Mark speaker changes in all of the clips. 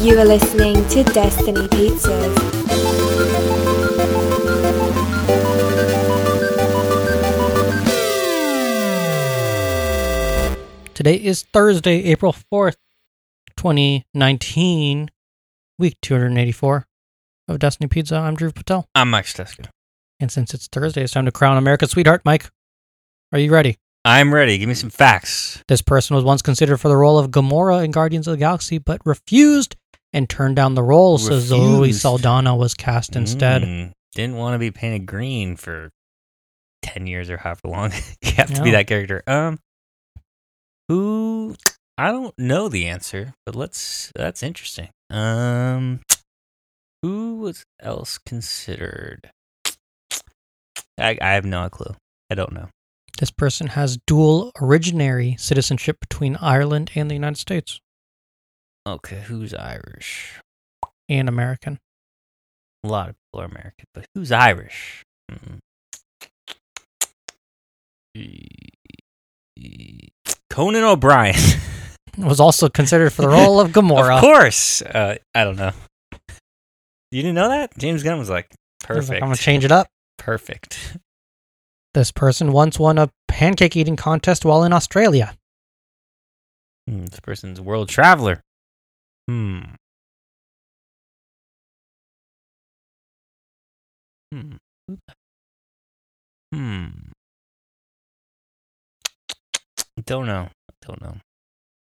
Speaker 1: You are listening to Destiny Pizzas.
Speaker 2: Today is Thursday, April 4th, 2019, week 284 of Destiny Pizza. I'm Drew Patel.
Speaker 3: I'm Mike Steska.
Speaker 2: And since it's Thursday, it's time to crown America's sweetheart, Mike. Are you ready?
Speaker 3: I'm ready. Give me some facts.
Speaker 2: This person was once considered for the role of Gamora in Guardians of the Galaxy, but refused and turned down the role, so Zoe
Speaker 3: Refused.
Speaker 2: Saldana was cast instead.
Speaker 3: Mm, didn't want to be painted green for 10 years or however long you have to be
Speaker 2: No.
Speaker 3: that character. Um, who? I don't know the answer, but let's. That's interesting. Um, who was else considered? I, I have no clue. I don't know.
Speaker 2: This person has dual originary citizenship between Ireland and the United States
Speaker 3: Okay, who's Irish?
Speaker 2: and American.
Speaker 3: A lot of people are American, but who's Irish? Mm. Conan O'Brien,
Speaker 2: Was also considered for the role of
Speaker 3: of
Speaker 2: Gamora.
Speaker 3: course. Uh, I don't know. You didn't know that James Gunn was like
Speaker 2: He was
Speaker 3: perfect.
Speaker 2: like, I'm going to change it up.
Speaker 3: Perfect.
Speaker 2: This person once won a pancake eating contest while in Australia.
Speaker 3: Hmm, this person's a world traveler. Hmm. Hmm. Hmm. Don't know. Don't know.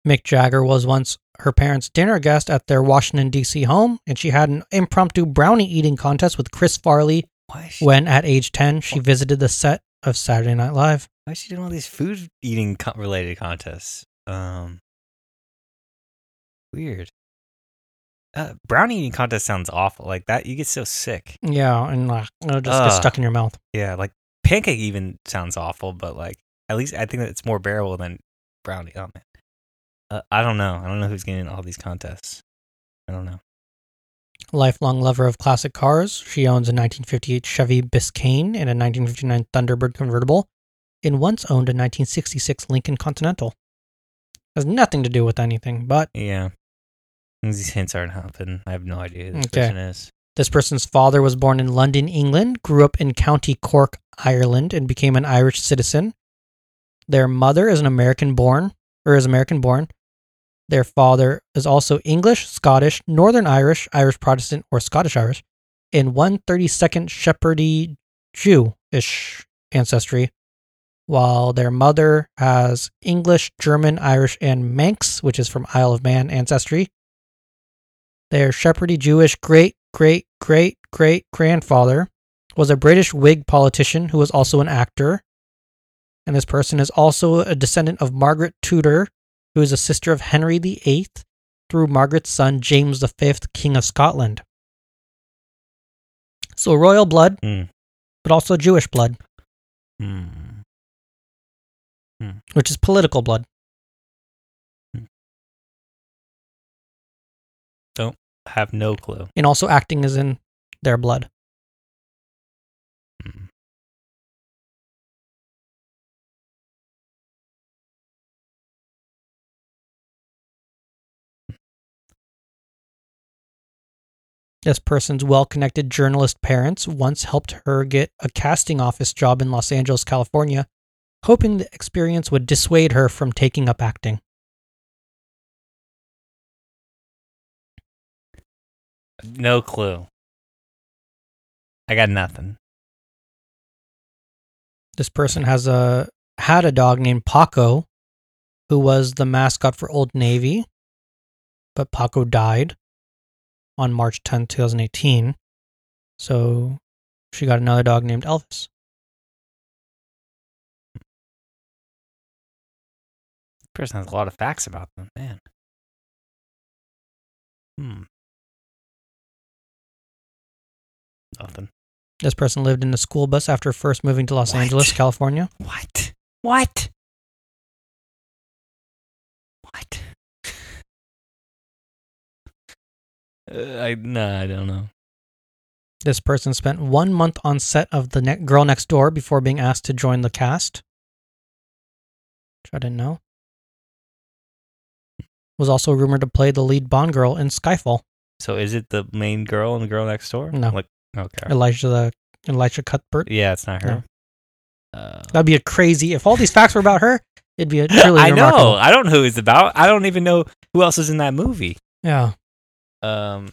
Speaker 2: Mick Jagger was once her parents' dinner guest at their Washington, D.C. home, and she had an impromptu brownie eating contest with Chris Farley
Speaker 3: Why is she,
Speaker 2: when, at age 10, she visited the set of Saturday Night Live.
Speaker 3: why is she doing all these food eating co- related contests? Um, weird. Uh, brownie eating contest sounds awful. Like that, you get so sick.
Speaker 2: Yeah, and like, it'll just
Speaker 3: Ugh.
Speaker 2: get stuck in your mouth.
Speaker 3: Yeah, like pancake even sounds awful, but like at least I think that it's more bearable than brownie. Oh man, uh, I don't know. I don't know who's getting all these contests. I don't know.
Speaker 2: Lifelong lover of classic cars, she owns a 1958 Chevy Biscayne and a 1959 Thunderbird convertible, and once owned a 1966 Lincoln Continental. Has nothing to do with anything, but
Speaker 3: Yeah, these hints aren't helping. I have no idea who this
Speaker 2: Okay.
Speaker 3: person is.
Speaker 2: This person's father was born in London, England, grew up in County Cork, Ireland, and became an Irish citizen. Their mother is an American born, or is American born. Their father is also English, Scottish, Northern Irish, Irish Protestant, or Scottish Irish, and 132nd Shepherdy Jew ish ancestry, while their mother has English, German, Irish, and Manx, which is from Isle of Man ancestry. Their Shepherdy Jewish great great great great grandfather was a British Whig politician who was also an actor. And this person is also a descendant of Margaret Tudor, who is a sister of Henry VIII through Margaret's son James V, King of Scotland. So royal blood,
Speaker 3: Hmm.
Speaker 2: but also Jewish blood,
Speaker 3: Hmm.
Speaker 2: which is political blood.
Speaker 3: I have no clue.
Speaker 2: And also acting is in their blood.
Speaker 3: Hmm.
Speaker 2: This person's well connected journalist parents once helped her get a casting office job in Los Angeles, California, hoping the experience would dissuade her from taking up acting.
Speaker 3: No clue. I got nothing.
Speaker 2: This person has a had a dog named Paco, who was the mascot for Old Navy, but Paco died on March 10, 2018. So she got another dog named Elvis.
Speaker 3: person has a lot of facts about them, man. Hmm. Nothing.
Speaker 2: This person lived in a school bus after first moving to Los
Speaker 3: What?
Speaker 2: Angeles, California.
Speaker 3: What? What? What? uh, I no, I don't know.
Speaker 2: This person spent one month on set of The ne- Girl Next Door before being asked to join the cast, which I didn't know. was also rumored to play the lead Bond girl in Skyfall.
Speaker 3: So is it the main girl and the girl next door?
Speaker 2: No.
Speaker 3: Like, okay.
Speaker 2: Elijah the Elijah Cuthbert.
Speaker 3: Yeah, it's not her. Uh,
Speaker 2: That'd be a crazy. If all these facts were about her, it'd be a truly.
Speaker 3: I know.
Speaker 2: remarkable-
Speaker 3: I don't know who it's about. I don't even know who else is in that movie.
Speaker 2: Yeah.
Speaker 3: Um,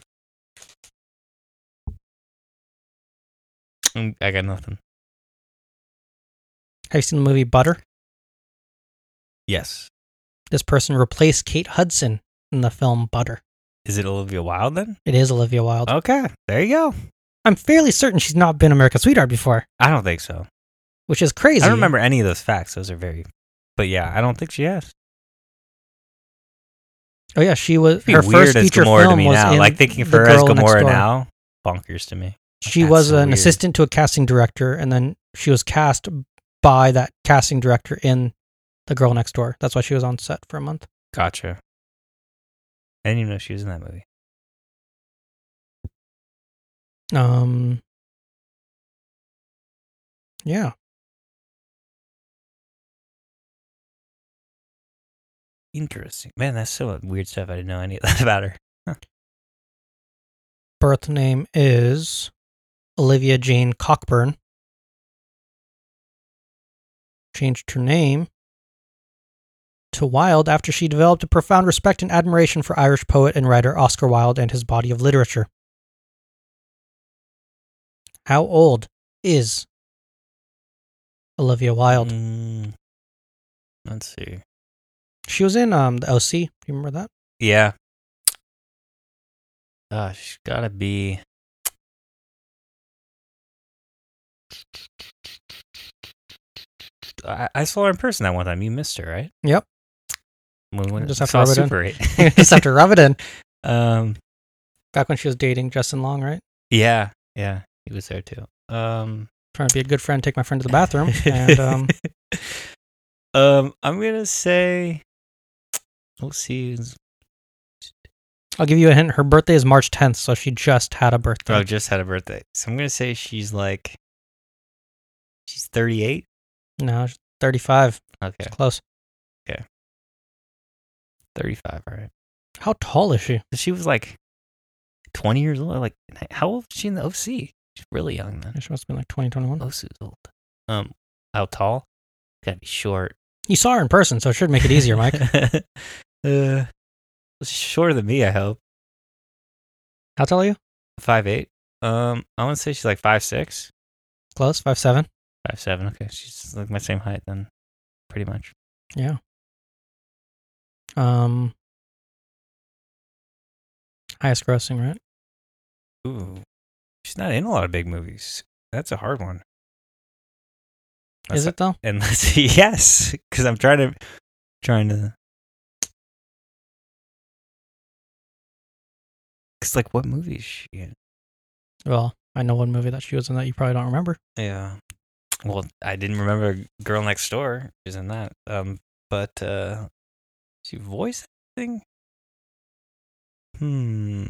Speaker 3: mm, I got nothing.
Speaker 2: Have you seen the movie Butter?
Speaker 3: Yes.
Speaker 2: This person replaced Kate Hudson in the film Butter.
Speaker 3: Is it Olivia Wilde then?
Speaker 2: It is Olivia Wilde.
Speaker 3: Okay. There you go.
Speaker 2: I'm fairly certain she's not been America's Sweetheart before,
Speaker 3: I don't think so.
Speaker 2: which is crazy.
Speaker 3: I don't remember any of those facts. Those are very. But yeah, I don't think she has.
Speaker 2: Oh yeah, she was
Speaker 3: It'd be
Speaker 2: her
Speaker 3: weird
Speaker 2: first
Speaker 3: as
Speaker 2: feature
Speaker 3: Gamora
Speaker 2: film
Speaker 3: to me
Speaker 2: was
Speaker 3: now.
Speaker 2: in
Speaker 3: Like thinking of
Speaker 2: The
Speaker 3: her as
Speaker 2: Girl Next
Speaker 3: Gamora
Speaker 2: Door.
Speaker 3: now, bonkers to me.
Speaker 2: She
Speaker 3: That's
Speaker 2: was
Speaker 3: so
Speaker 2: an
Speaker 3: weird.
Speaker 2: assistant to a casting director, and then she was cast by that casting director in The Girl Next Door. That's why she was on set for a month.
Speaker 3: Gotcha. I didn't even know she was in that movie.
Speaker 2: Um, yeah,
Speaker 3: Interesting. Man, that's so weird stuff. I didn't know any of that about her.
Speaker 2: birth name is Olivia Jane Cockburn. Changed her name to Wilde after she developed a profound respect and admiration for Irish poet and writer Oscar Wilde and his body of literature. How old is Olivia Wilde?
Speaker 3: Mm. let's see.
Speaker 2: She was in um, the OC. Do you remember that?
Speaker 3: Yeah. Uh, she's gotta be. I, I saw her in person that one time. You missed her, right?
Speaker 2: Yep.
Speaker 3: When we went
Speaker 2: Just
Speaker 3: and
Speaker 2: have to
Speaker 3: saw
Speaker 2: rub it in.
Speaker 3: Super Eight.
Speaker 2: Just have to rub it in.
Speaker 3: um.
Speaker 2: Back when she was dating Justin Long, right?
Speaker 3: Yeah. Yeah. He was there too. Um.
Speaker 2: Trying to be a good friend, take my friend to the bathroom, and um,
Speaker 3: um. I'm gonna say. We'll see.
Speaker 2: I'll give you a hint. Her birthday is March 10th, so she just had a birthday.
Speaker 3: Oh, just had a birthday. So I'm gonna say she's like. She's 38.
Speaker 2: No, she's 35.
Speaker 3: Okay.
Speaker 2: It's close.
Speaker 3: 35. All right.
Speaker 2: How tall is she?
Speaker 3: So she was like 20 years old. Like, how old is she in the OC? She's really young then.
Speaker 2: She must have been like 20, 21.
Speaker 3: OC's old. Hmm. Um, how tall? Gotta be short.
Speaker 2: You saw her in person, so it should make it easier, Mike.
Speaker 3: uh, well, she's shorter than me, I hope.
Speaker 2: How tall are you?
Speaker 3: Five eight. Um, I want to say she's like five six,
Speaker 2: Close, Five seven.
Speaker 3: five seven. Okay, she's like my same height then, pretty much.
Speaker 2: Yeah. Um, highest grossing, right?
Speaker 3: Ooh, she's not in a lot of big movies. That's a hard one.
Speaker 2: is it though?
Speaker 3: and let's see yes because i'm trying to trying to because like what movie is she in
Speaker 2: Well, I know one movie that she was in that you probably don't remember.
Speaker 3: yeah well i didn't remember girl next door is in that um but uh she voiced thing hmm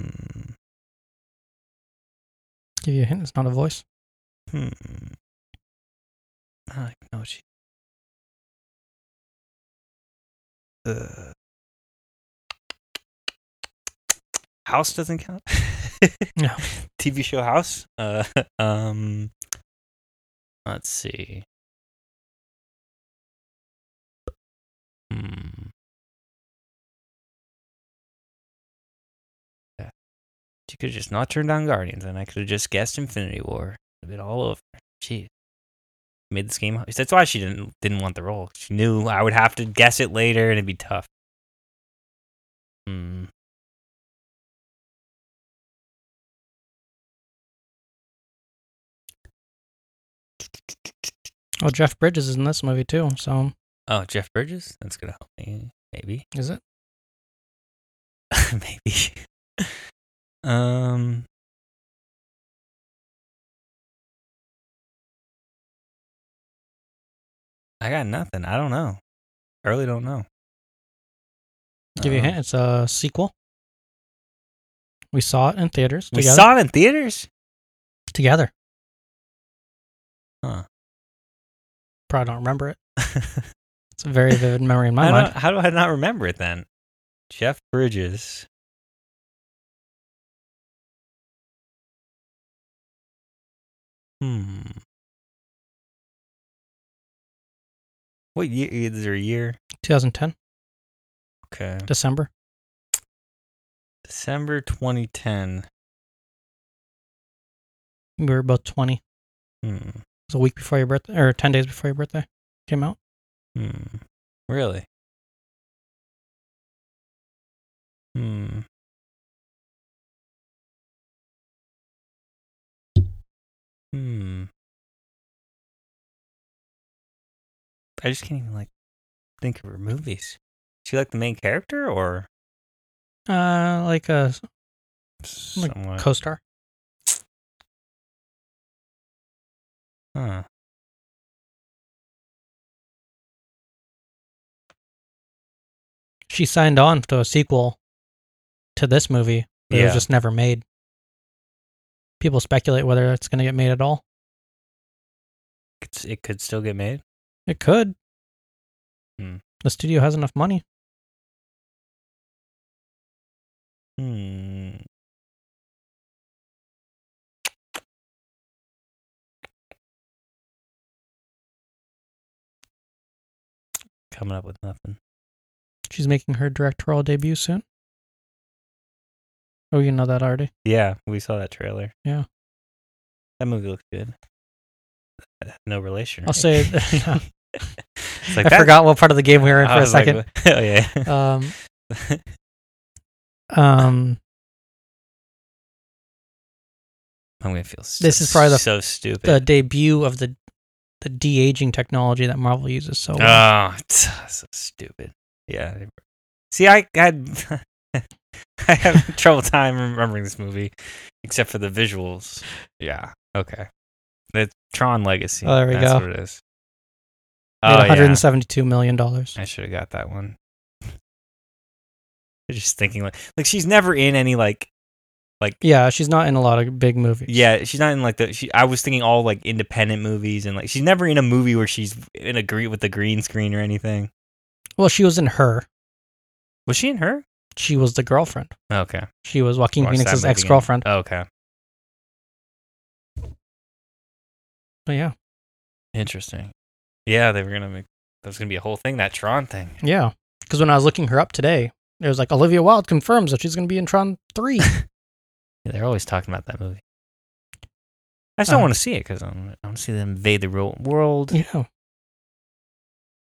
Speaker 2: Give you a hint. It's not a voice.
Speaker 3: hmm i don't know what she uh, house doesn't count
Speaker 2: No.
Speaker 3: TV show House. Uh, um, let's see. Hmm. Yeah. You could just not turn down Guardians, and I could have just guessed Infinity War. It'd been all over. Jeez. Made this game. That's why she didn't didn't want the role. She knew I would have to guess it later, and it'd be tough. Hmm.
Speaker 2: Oh, Jeff Bridges is in this movie too. So
Speaker 3: Oh, Jeff Bridges. That's gonna help me. Maybe.
Speaker 2: is it?
Speaker 3: maybe. Um. I got nothing. I don't know. I really don't know.
Speaker 2: Give you a
Speaker 3: Um,
Speaker 2: hint. It's a sequel. We saw it in theaters
Speaker 3: We
Speaker 2: together.
Speaker 3: saw it in theaters.
Speaker 2: together.
Speaker 3: Huh.
Speaker 2: Probably don't remember it.
Speaker 3: I
Speaker 2: It's a very vivid memory in my
Speaker 3: don't-
Speaker 2: mind.
Speaker 3: how do I not remember it then? Jeff Bridges. Hmm. What year is there a year?
Speaker 2: 2010,
Speaker 3: Okay.
Speaker 2: December.
Speaker 3: December 2010.
Speaker 2: We were both 20. It
Speaker 3: Hmm.
Speaker 2: was a week before your birthday, or 10 days before your birthday came out.
Speaker 3: Hmm. Really? Hmm. Hmm. I just can't even like think of her movies. Is she like the main character or
Speaker 2: Uh, like a Like
Speaker 3: someone?
Speaker 2: co-star.
Speaker 3: huh.
Speaker 2: She signed on to a sequel to this movie, but it
Speaker 3: Yeah.
Speaker 2: was just never made. People speculate whether it's going to get made at all.
Speaker 3: It's, it could still get made.
Speaker 2: It could.
Speaker 3: Hmm.
Speaker 2: The studio has enough money.
Speaker 3: Hmm. Coming up with nothing.
Speaker 2: She's making her directorial debut soon. Oh, you know that already.
Speaker 3: Yeah, we saw that trailer.
Speaker 2: Yeah.
Speaker 3: That movie looked good. No relation.
Speaker 2: I'll
Speaker 3: right?
Speaker 2: say-
Speaker 3: It's like,
Speaker 2: I
Speaker 3: that-
Speaker 2: forgot what part of the game we were in
Speaker 3: I
Speaker 2: for a
Speaker 3: was like,
Speaker 2: second.
Speaker 3: oh yeah.
Speaker 2: um, um,
Speaker 3: I'm gonna feel. So,
Speaker 2: This is probably the-
Speaker 3: so stupid.
Speaker 2: the debut of the the de aging technology that Marvel uses. So well.
Speaker 3: Oh, t- so stupid. Yeah. they were- See, I had I have trouble time remembering this movie, except for the visuals. Yeah. Okay. The Tron Legacy.
Speaker 2: Oh, there we
Speaker 3: that's
Speaker 2: go.
Speaker 3: What it is.
Speaker 2: Made
Speaker 3: Oh, yeah.
Speaker 2: 172 million dollars.
Speaker 3: I should have got that one. I'm just thinking like, like she's never in any like,
Speaker 2: Yeah, she's not in a lot of big movies.
Speaker 3: yeah, she's not in like the. She, I was thinking all like independent movies and like she's never in a movie where she's in a green with a green screen or anything.
Speaker 2: Well, she was in her.
Speaker 3: Was she in her?
Speaker 2: She was the girlfriend.
Speaker 3: Okay.
Speaker 2: She was Joaquin
Speaker 3: Watch that
Speaker 2: Phoenix's
Speaker 3: movie again.
Speaker 2: ex girlfriend.
Speaker 3: okay.
Speaker 2: But yeah,
Speaker 3: Interesting. Yeah, they were gonna make that was gonna be a whole thing, that Tron thing.
Speaker 2: yeah. Because when I was looking her up today, it was like Olivia Wilde confirms that she's going to be in Tron Three.
Speaker 3: Yeah, they're always talking about that movie. I just don't
Speaker 2: Uh,
Speaker 3: want to see it because I want to see them invade the real world.
Speaker 2: yeah,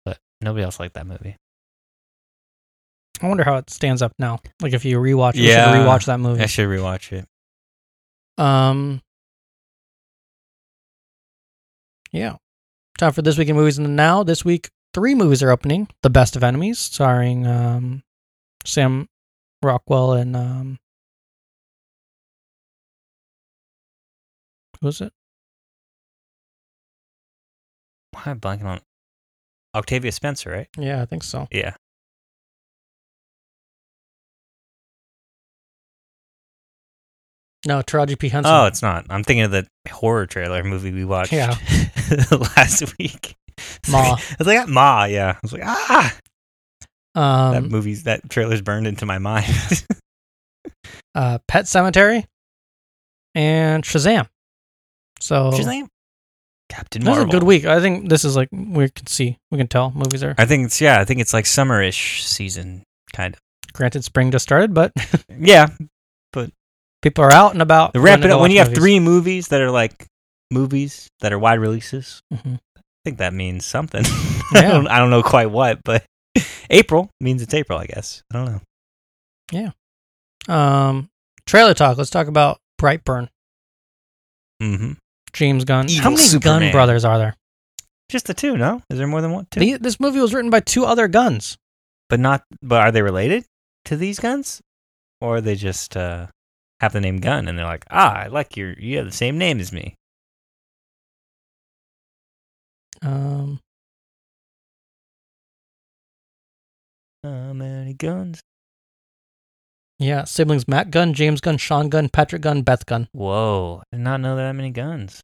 Speaker 3: But nobody else liked that movie.
Speaker 2: I wonder how it stands up now. Like if you rewatch, it,
Speaker 3: Yeah.
Speaker 2: you should rewatch that movie.
Speaker 3: I should rewatch it.
Speaker 2: Um. Yeah. Time for this week in movies and now. This week, three movies are opening. The Best of Enemies, starring um, Sam Rockwell and um, who was it?
Speaker 3: Why am I blanking on Octavia Spencer, right?
Speaker 2: Yeah, I think so.
Speaker 3: Yeah.
Speaker 2: No, Taraji P Henson.
Speaker 3: Oh, it's not. I'm thinking of the horror trailer movie we watched
Speaker 2: Yeah.
Speaker 3: last week.
Speaker 2: Ma.
Speaker 3: I was like, Ma, yeah. I was like, ah, that
Speaker 2: um,
Speaker 3: movie's that trailer's burned into my mind.
Speaker 2: uh, Pet Cemetery and Shazam. So
Speaker 3: What's his name? Captain
Speaker 2: this is a
Speaker 3: Marvel.
Speaker 2: good week. I think this is like we can see, we can tell movies are.
Speaker 3: I think it's yeah. I think it's like summerish season, kind of.
Speaker 2: Granted, spring just started, but
Speaker 3: Yeah,
Speaker 2: people are out and about.
Speaker 3: the wrap
Speaker 2: going
Speaker 3: it
Speaker 2: to
Speaker 3: up when
Speaker 2: watch
Speaker 3: you have
Speaker 2: movies.
Speaker 3: three movies that are like movies that are wide releases.
Speaker 2: Mhm.
Speaker 3: I think that means something. I,
Speaker 2: Yeah.
Speaker 3: don't, I don't know quite what, but April means it's April, I guess. I don't know.
Speaker 2: Um, trailer talk. Let's talk about Brightburn.
Speaker 3: Mm-hmm.
Speaker 2: James Gunn.
Speaker 3: Evil
Speaker 2: How many Gunn
Speaker 3: Superman.
Speaker 2: brothers are there?
Speaker 3: Just the two, no? Is there more than one? Two,
Speaker 2: The, this movie was written by two other Guns.
Speaker 3: but not. But are they related to these guns, or are they just uh, have the name Gun and they're like, ah, I like your, you have the same name as me.
Speaker 2: Um,
Speaker 3: How many guns?
Speaker 2: yeah, siblings: Matt Gunn, James Gunn, Sean Gunn, Patrick Gunn, Beth Gunn.
Speaker 3: Whoa! I did not know that many guns.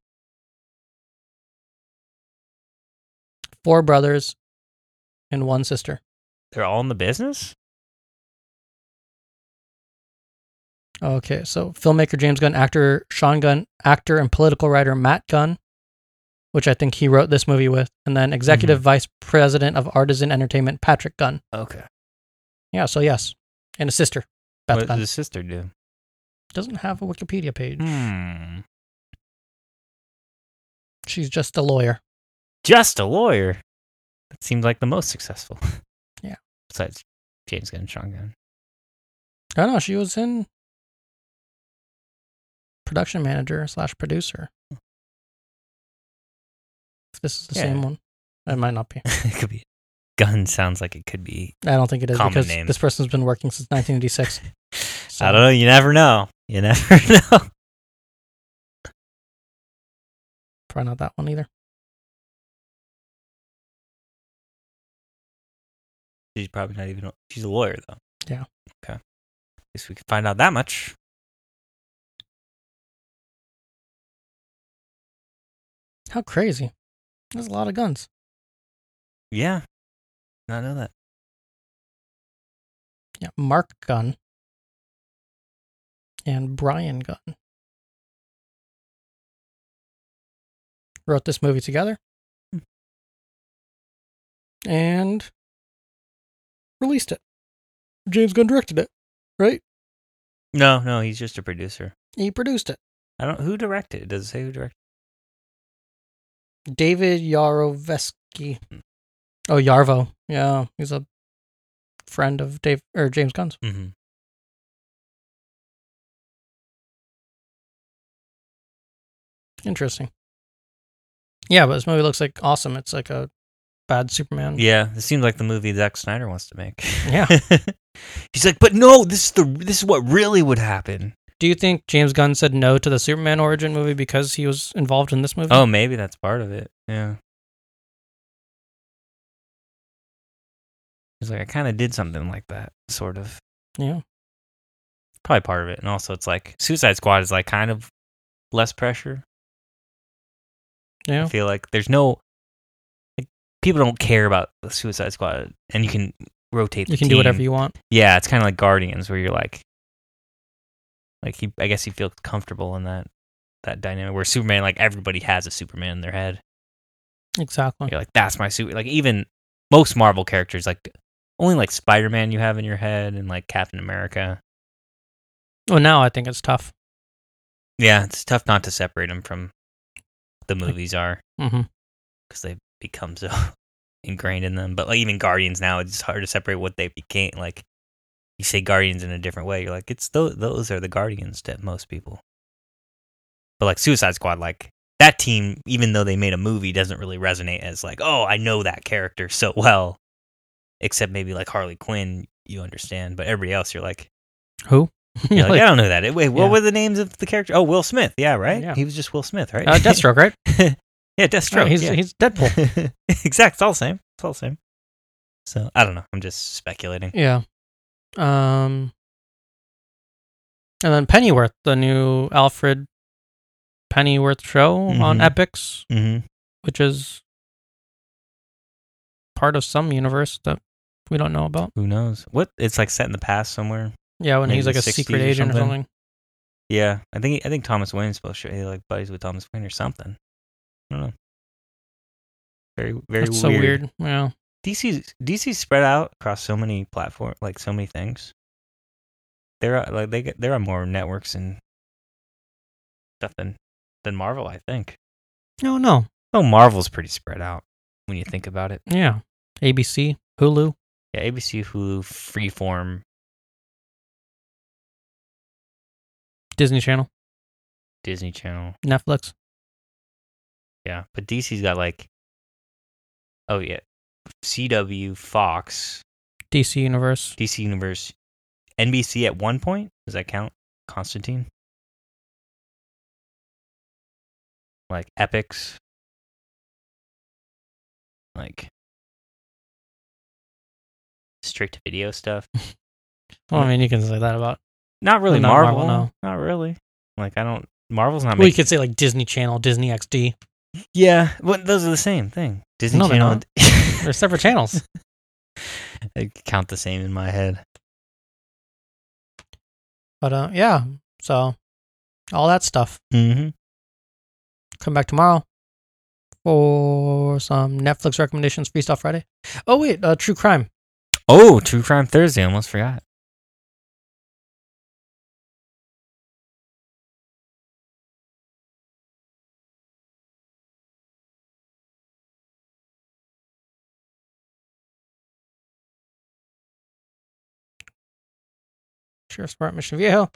Speaker 2: Four brothers and one sister.
Speaker 3: They're all in the business.
Speaker 2: Okay, so filmmaker James Gunn, actor Sean Gunn, actor and political writer Matt Gunn, which I think he wrote this movie with, and then
Speaker 3: Mm-hmm.
Speaker 2: executive vice president of Artisan Entertainment Patrick Gunn.
Speaker 3: Okay.
Speaker 2: Yeah, so yes, and a sister, Beth
Speaker 3: What
Speaker 2: Gunn.
Speaker 3: does his sister do?
Speaker 2: Doesn't have a Wikipedia page.
Speaker 3: Hmm.
Speaker 2: She's just a lawyer.
Speaker 3: Just a lawyer. That seemed like the most successful.
Speaker 2: Yeah.
Speaker 3: Besides James Gunn, Sean Gunn.
Speaker 2: I know she was in production manager slash producer. If this is the same
Speaker 3: Yeah.
Speaker 2: one, it might not be.
Speaker 3: it could be. Gun sounds like it could be.
Speaker 2: I don't think it is
Speaker 3: Common
Speaker 2: because
Speaker 3: name.
Speaker 2: this person's been working since 1986.
Speaker 3: I don't know. You never know. You never know.
Speaker 2: Probably not that one either.
Speaker 3: She's probably not even. She's a lawyer though.
Speaker 2: Yeah.
Speaker 3: Okay. At least we can find out that much.
Speaker 2: How crazy! There's a lot of guns.
Speaker 3: Yeah. Not know that.
Speaker 2: Yeah, Mark Gunn and Brian Gunn wrote this movie together
Speaker 3: Hmm.
Speaker 2: and released it. James Gunn directed it, right?
Speaker 3: No, no. He's just a producer.
Speaker 2: He produced it.
Speaker 3: I don't. Who directed it? Does it say who directed?
Speaker 2: David Yaroveski. Oh, Yarvo. Yeah, he's a friend of Dave or James Gunn's.
Speaker 3: Mm-hmm.
Speaker 2: Interesting. Yeah, but this movie looks like awesome. It's like a bad Superman.
Speaker 3: Yeah. It seems like the movie Zack Snyder wants to make.
Speaker 2: Yeah.
Speaker 3: he's like, but no. This is the. This is what really would happen.
Speaker 2: Do you think James Gunn said no to the Superman origin movie because he was involved in this movie?
Speaker 3: Oh, maybe that's part of it. Yeah. He's like, I kind of did something like that, sort of.
Speaker 2: yeah.
Speaker 3: probably part of it. And also, it's like Suicide Squad is like kind of less pressure.
Speaker 2: Yeah.
Speaker 3: I feel like there's no like, people don't care about the Suicide Squad, and you can rotate. The
Speaker 2: You can do whatever
Speaker 3: team.
Speaker 2: you want.
Speaker 3: Yeah, it's kind of like Guardians, where you're like, like he. I guess he feels comfortable in that that dynamic where Superman, like everybody has a Superman in their head.
Speaker 2: Exactly.
Speaker 3: You're like, that's my suit. Like even most Marvel characters, like only like Spider Man you have in your head, and like Captain America.
Speaker 2: Well, now I think it's tough.
Speaker 3: Yeah, it's tough not to separate them from the movies are
Speaker 2: Mm-hmm.
Speaker 3: because they've become so ingrained in them. But like even Guardians now, it's hard to separate what they became. Like you say Guardians in a different way, you're like it's those those are the Guardians to most people. But like Suicide Squad, like that team, even though they made a movie, doesn't really resonate as like oh I know that character so well, except maybe like Harley Quinn, you understand. But everybody else, you're like.
Speaker 2: Who?
Speaker 3: you're like,
Speaker 2: Like,
Speaker 3: I don't know that. Wait, what
Speaker 2: Yeah.
Speaker 3: were the names of the character? Oh, Will Smith. Yeah, right.
Speaker 2: Yeah.
Speaker 3: He was just Will Smith, right?
Speaker 2: uh, Deathstroke, right?
Speaker 3: yeah, Deathstroke.
Speaker 2: Oh, he's
Speaker 3: yeah.
Speaker 2: he's Deadpool.
Speaker 3: exact. It's all the same. It's all the same. So I don't know. I'm just speculating.
Speaker 2: yeah. Um. And then Pennyworth, the new Alfred Pennyworth show on
Speaker 3: Mhm.
Speaker 2: Epics,
Speaker 3: Mm-hmm.
Speaker 2: which is part of some universe that we don't know about.
Speaker 3: Who knows? What? It's like set in the past somewhere.
Speaker 2: Yeah, when
Speaker 3: Maybe
Speaker 2: he's like
Speaker 3: the
Speaker 2: a
Speaker 3: 60s
Speaker 2: secret
Speaker 3: or
Speaker 2: agent or
Speaker 3: something.
Speaker 2: something.
Speaker 3: Yeah, I think I think Thomas Wayne's supposed to be like buddies with Thomas Wayne or something. I don't know. Very very
Speaker 2: That's so
Speaker 3: weird.
Speaker 2: weird. Yeah.
Speaker 3: DC's DC's spread out across so many platform, like so many things. There are like they get there are more networks and stuff than than Marvel, I think.
Speaker 2: No, no.
Speaker 3: Oh, Marvel's pretty spread out when you think about it.
Speaker 2: Yeah. ABC, Hulu.
Speaker 3: Yeah, ABC, Hulu, Freeform,
Speaker 2: Disney Channel,
Speaker 3: Disney Channel.
Speaker 2: Netflix.
Speaker 3: Yeah, but DC's got like, oh yeah, CW, Fox,
Speaker 2: DC Universe.
Speaker 3: DC Universe, NBC at one point. Does that count? Constantine. Like Epics. Like straight to video stuff.
Speaker 2: Well, I mean, you can say that about.
Speaker 3: Not really
Speaker 2: Not
Speaker 3: Marvel.
Speaker 2: Marvel, no.
Speaker 3: Not really. Like I don't. Marvel's not
Speaker 2: Well, you
Speaker 3: making.
Speaker 2: could say like Disney Channel, Disney XD.
Speaker 3: Yeah, well, those are the same thing. Disney
Speaker 2: No, they're
Speaker 3: Channel.
Speaker 2: They're separate channels.
Speaker 3: they count the same in my head.
Speaker 2: But uh, yeah, so all that stuff.
Speaker 3: Mm-hmm.
Speaker 2: Come back tomorrow for some Netflix recommendations, Freestyle Friday. Oh wait, uh, True Crime.
Speaker 3: Oh, True Crime Thursday. Almost forgot.
Speaker 2: Sheriff's Department, Mission Viejo.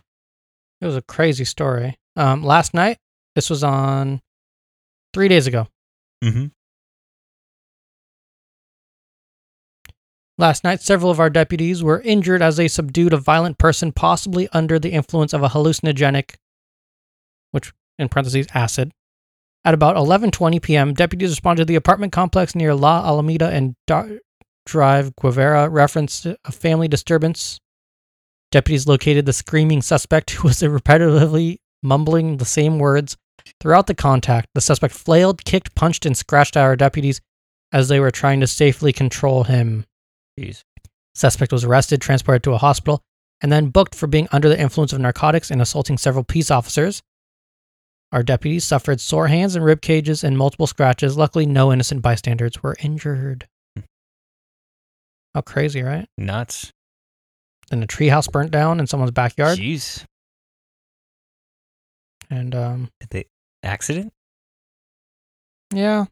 Speaker 2: It was a crazy story. Um, last night, this was on three days ago.
Speaker 3: Mm-hmm.
Speaker 2: Last night, several of our deputies were injured as they subdued a violent person, possibly under the influence of a hallucinogenic, which in parentheses acid. At about 11:20 p.m., deputies responded to the apartment complex near La Alameda and Dar- Drive Guevara referenced a family disturbance. Deputies located the screaming suspect, who was repetitively mumbling the same words throughout the contact. The suspect flailed, kicked, punched, and scratched at our deputies as they were trying to safely control him.
Speaker 3: Jeez.
Speaker 2: Suspect was arrested, transported to a hospital, and then booked for being under the influence of narcotics and assaulting several peace officers. Our deputies suffered sore hands and rib cages and multiple scratches. Luckily, no innocent bystanders were injured.
Speaker 3: Hmm.
Speaker 2: How crazy, right?
Speaker 3: Nuts.
Speaker 2: Then a treehouse burnt down in someone's backyard,
Speaker 3: Jeez.
Speaker 2: and um,
Speaker 3: Did they accident?
Speaker 2: yeah,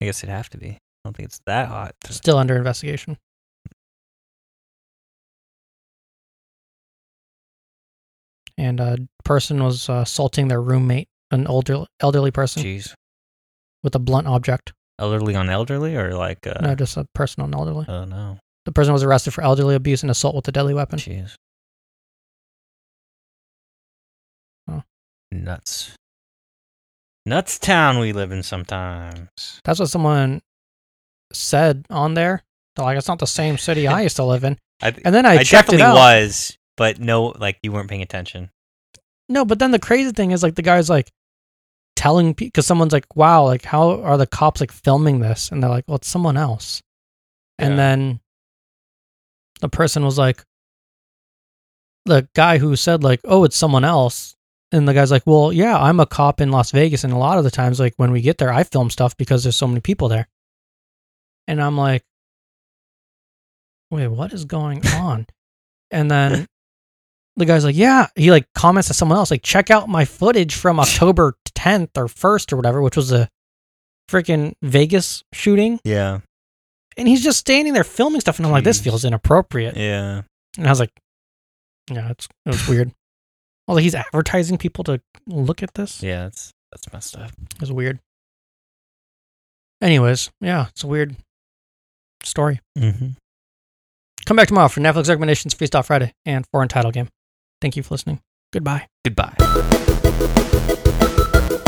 Speaker 3: I guess it'd have to be. I don't think it's that hot.
Speaker 2: still under investigation. And a person was uh, assaulting their roommate, an older elderly person,
Speaker 3: Jeez.
Speaker 2: with a blunt object.
Speaker 3: Elderly on elderly or like uh
Speaker 2: No, just a person on elderly.
Speaker 3: oh no.
Speaker 2: The person was arrested for elderly abuse and assault with a deadly weapon.
Speaker 3: Jeez.
Speaker 2: Oh.
Speaker 3: Nuts. Nuts town we live in sometimes.
Speaker 2: That's what someone said on there. They're like, it's not the same city I used to live in.
Speaker 3: I,
Speaker 2: And then I,
Speaker 3: I
Speaker 2: checked it
Speaker 3: definitely
Speaker 2: out.
Speaker 3: was, but no, like you weren't paying attention.
Speaker 2: No, but then the crazy thing is, like, the guy's like telling people, because someone's like, wow, like, how are the cops like filming this? And they're like, well, it's someone else.
Speaker 3: Yeah.
Speaker 2: And then the person was like, the guy who said, like, oh, it's someone else. And the guy's like, well, yeah, I'm a cop in Las Vegas. And a lot of the times, like, when we get there, I film stuff because there's so many people there. And I'm like, wait, what is going on? and then the guy's like, yeah. He like comments to someone else, like, check out my footage from October 10th or 1st or whatever, which was the freaking Vegas shooting
Speaker 3: Yeah.
Speaker 2: and he's just standing there filming stuff and i'm like this
Speaker 3: Jeez.
Speaker 2: feels inappropriate
Speaker 3: Yeah.
Speaker 2: and i was like yeah it's it was weird although he's advertising people to look at this
Speaker 3: Yeah, that's that's messed up.
Speaker 2: it was weird anyways yeah it's a weird story
Speaker 3: Mm-hmm.
Speaker 2: come back tomorrow for netflix recommendations freestyle friday and foreign title game thank you for listening goodbye
Speaker 3: Goodbye.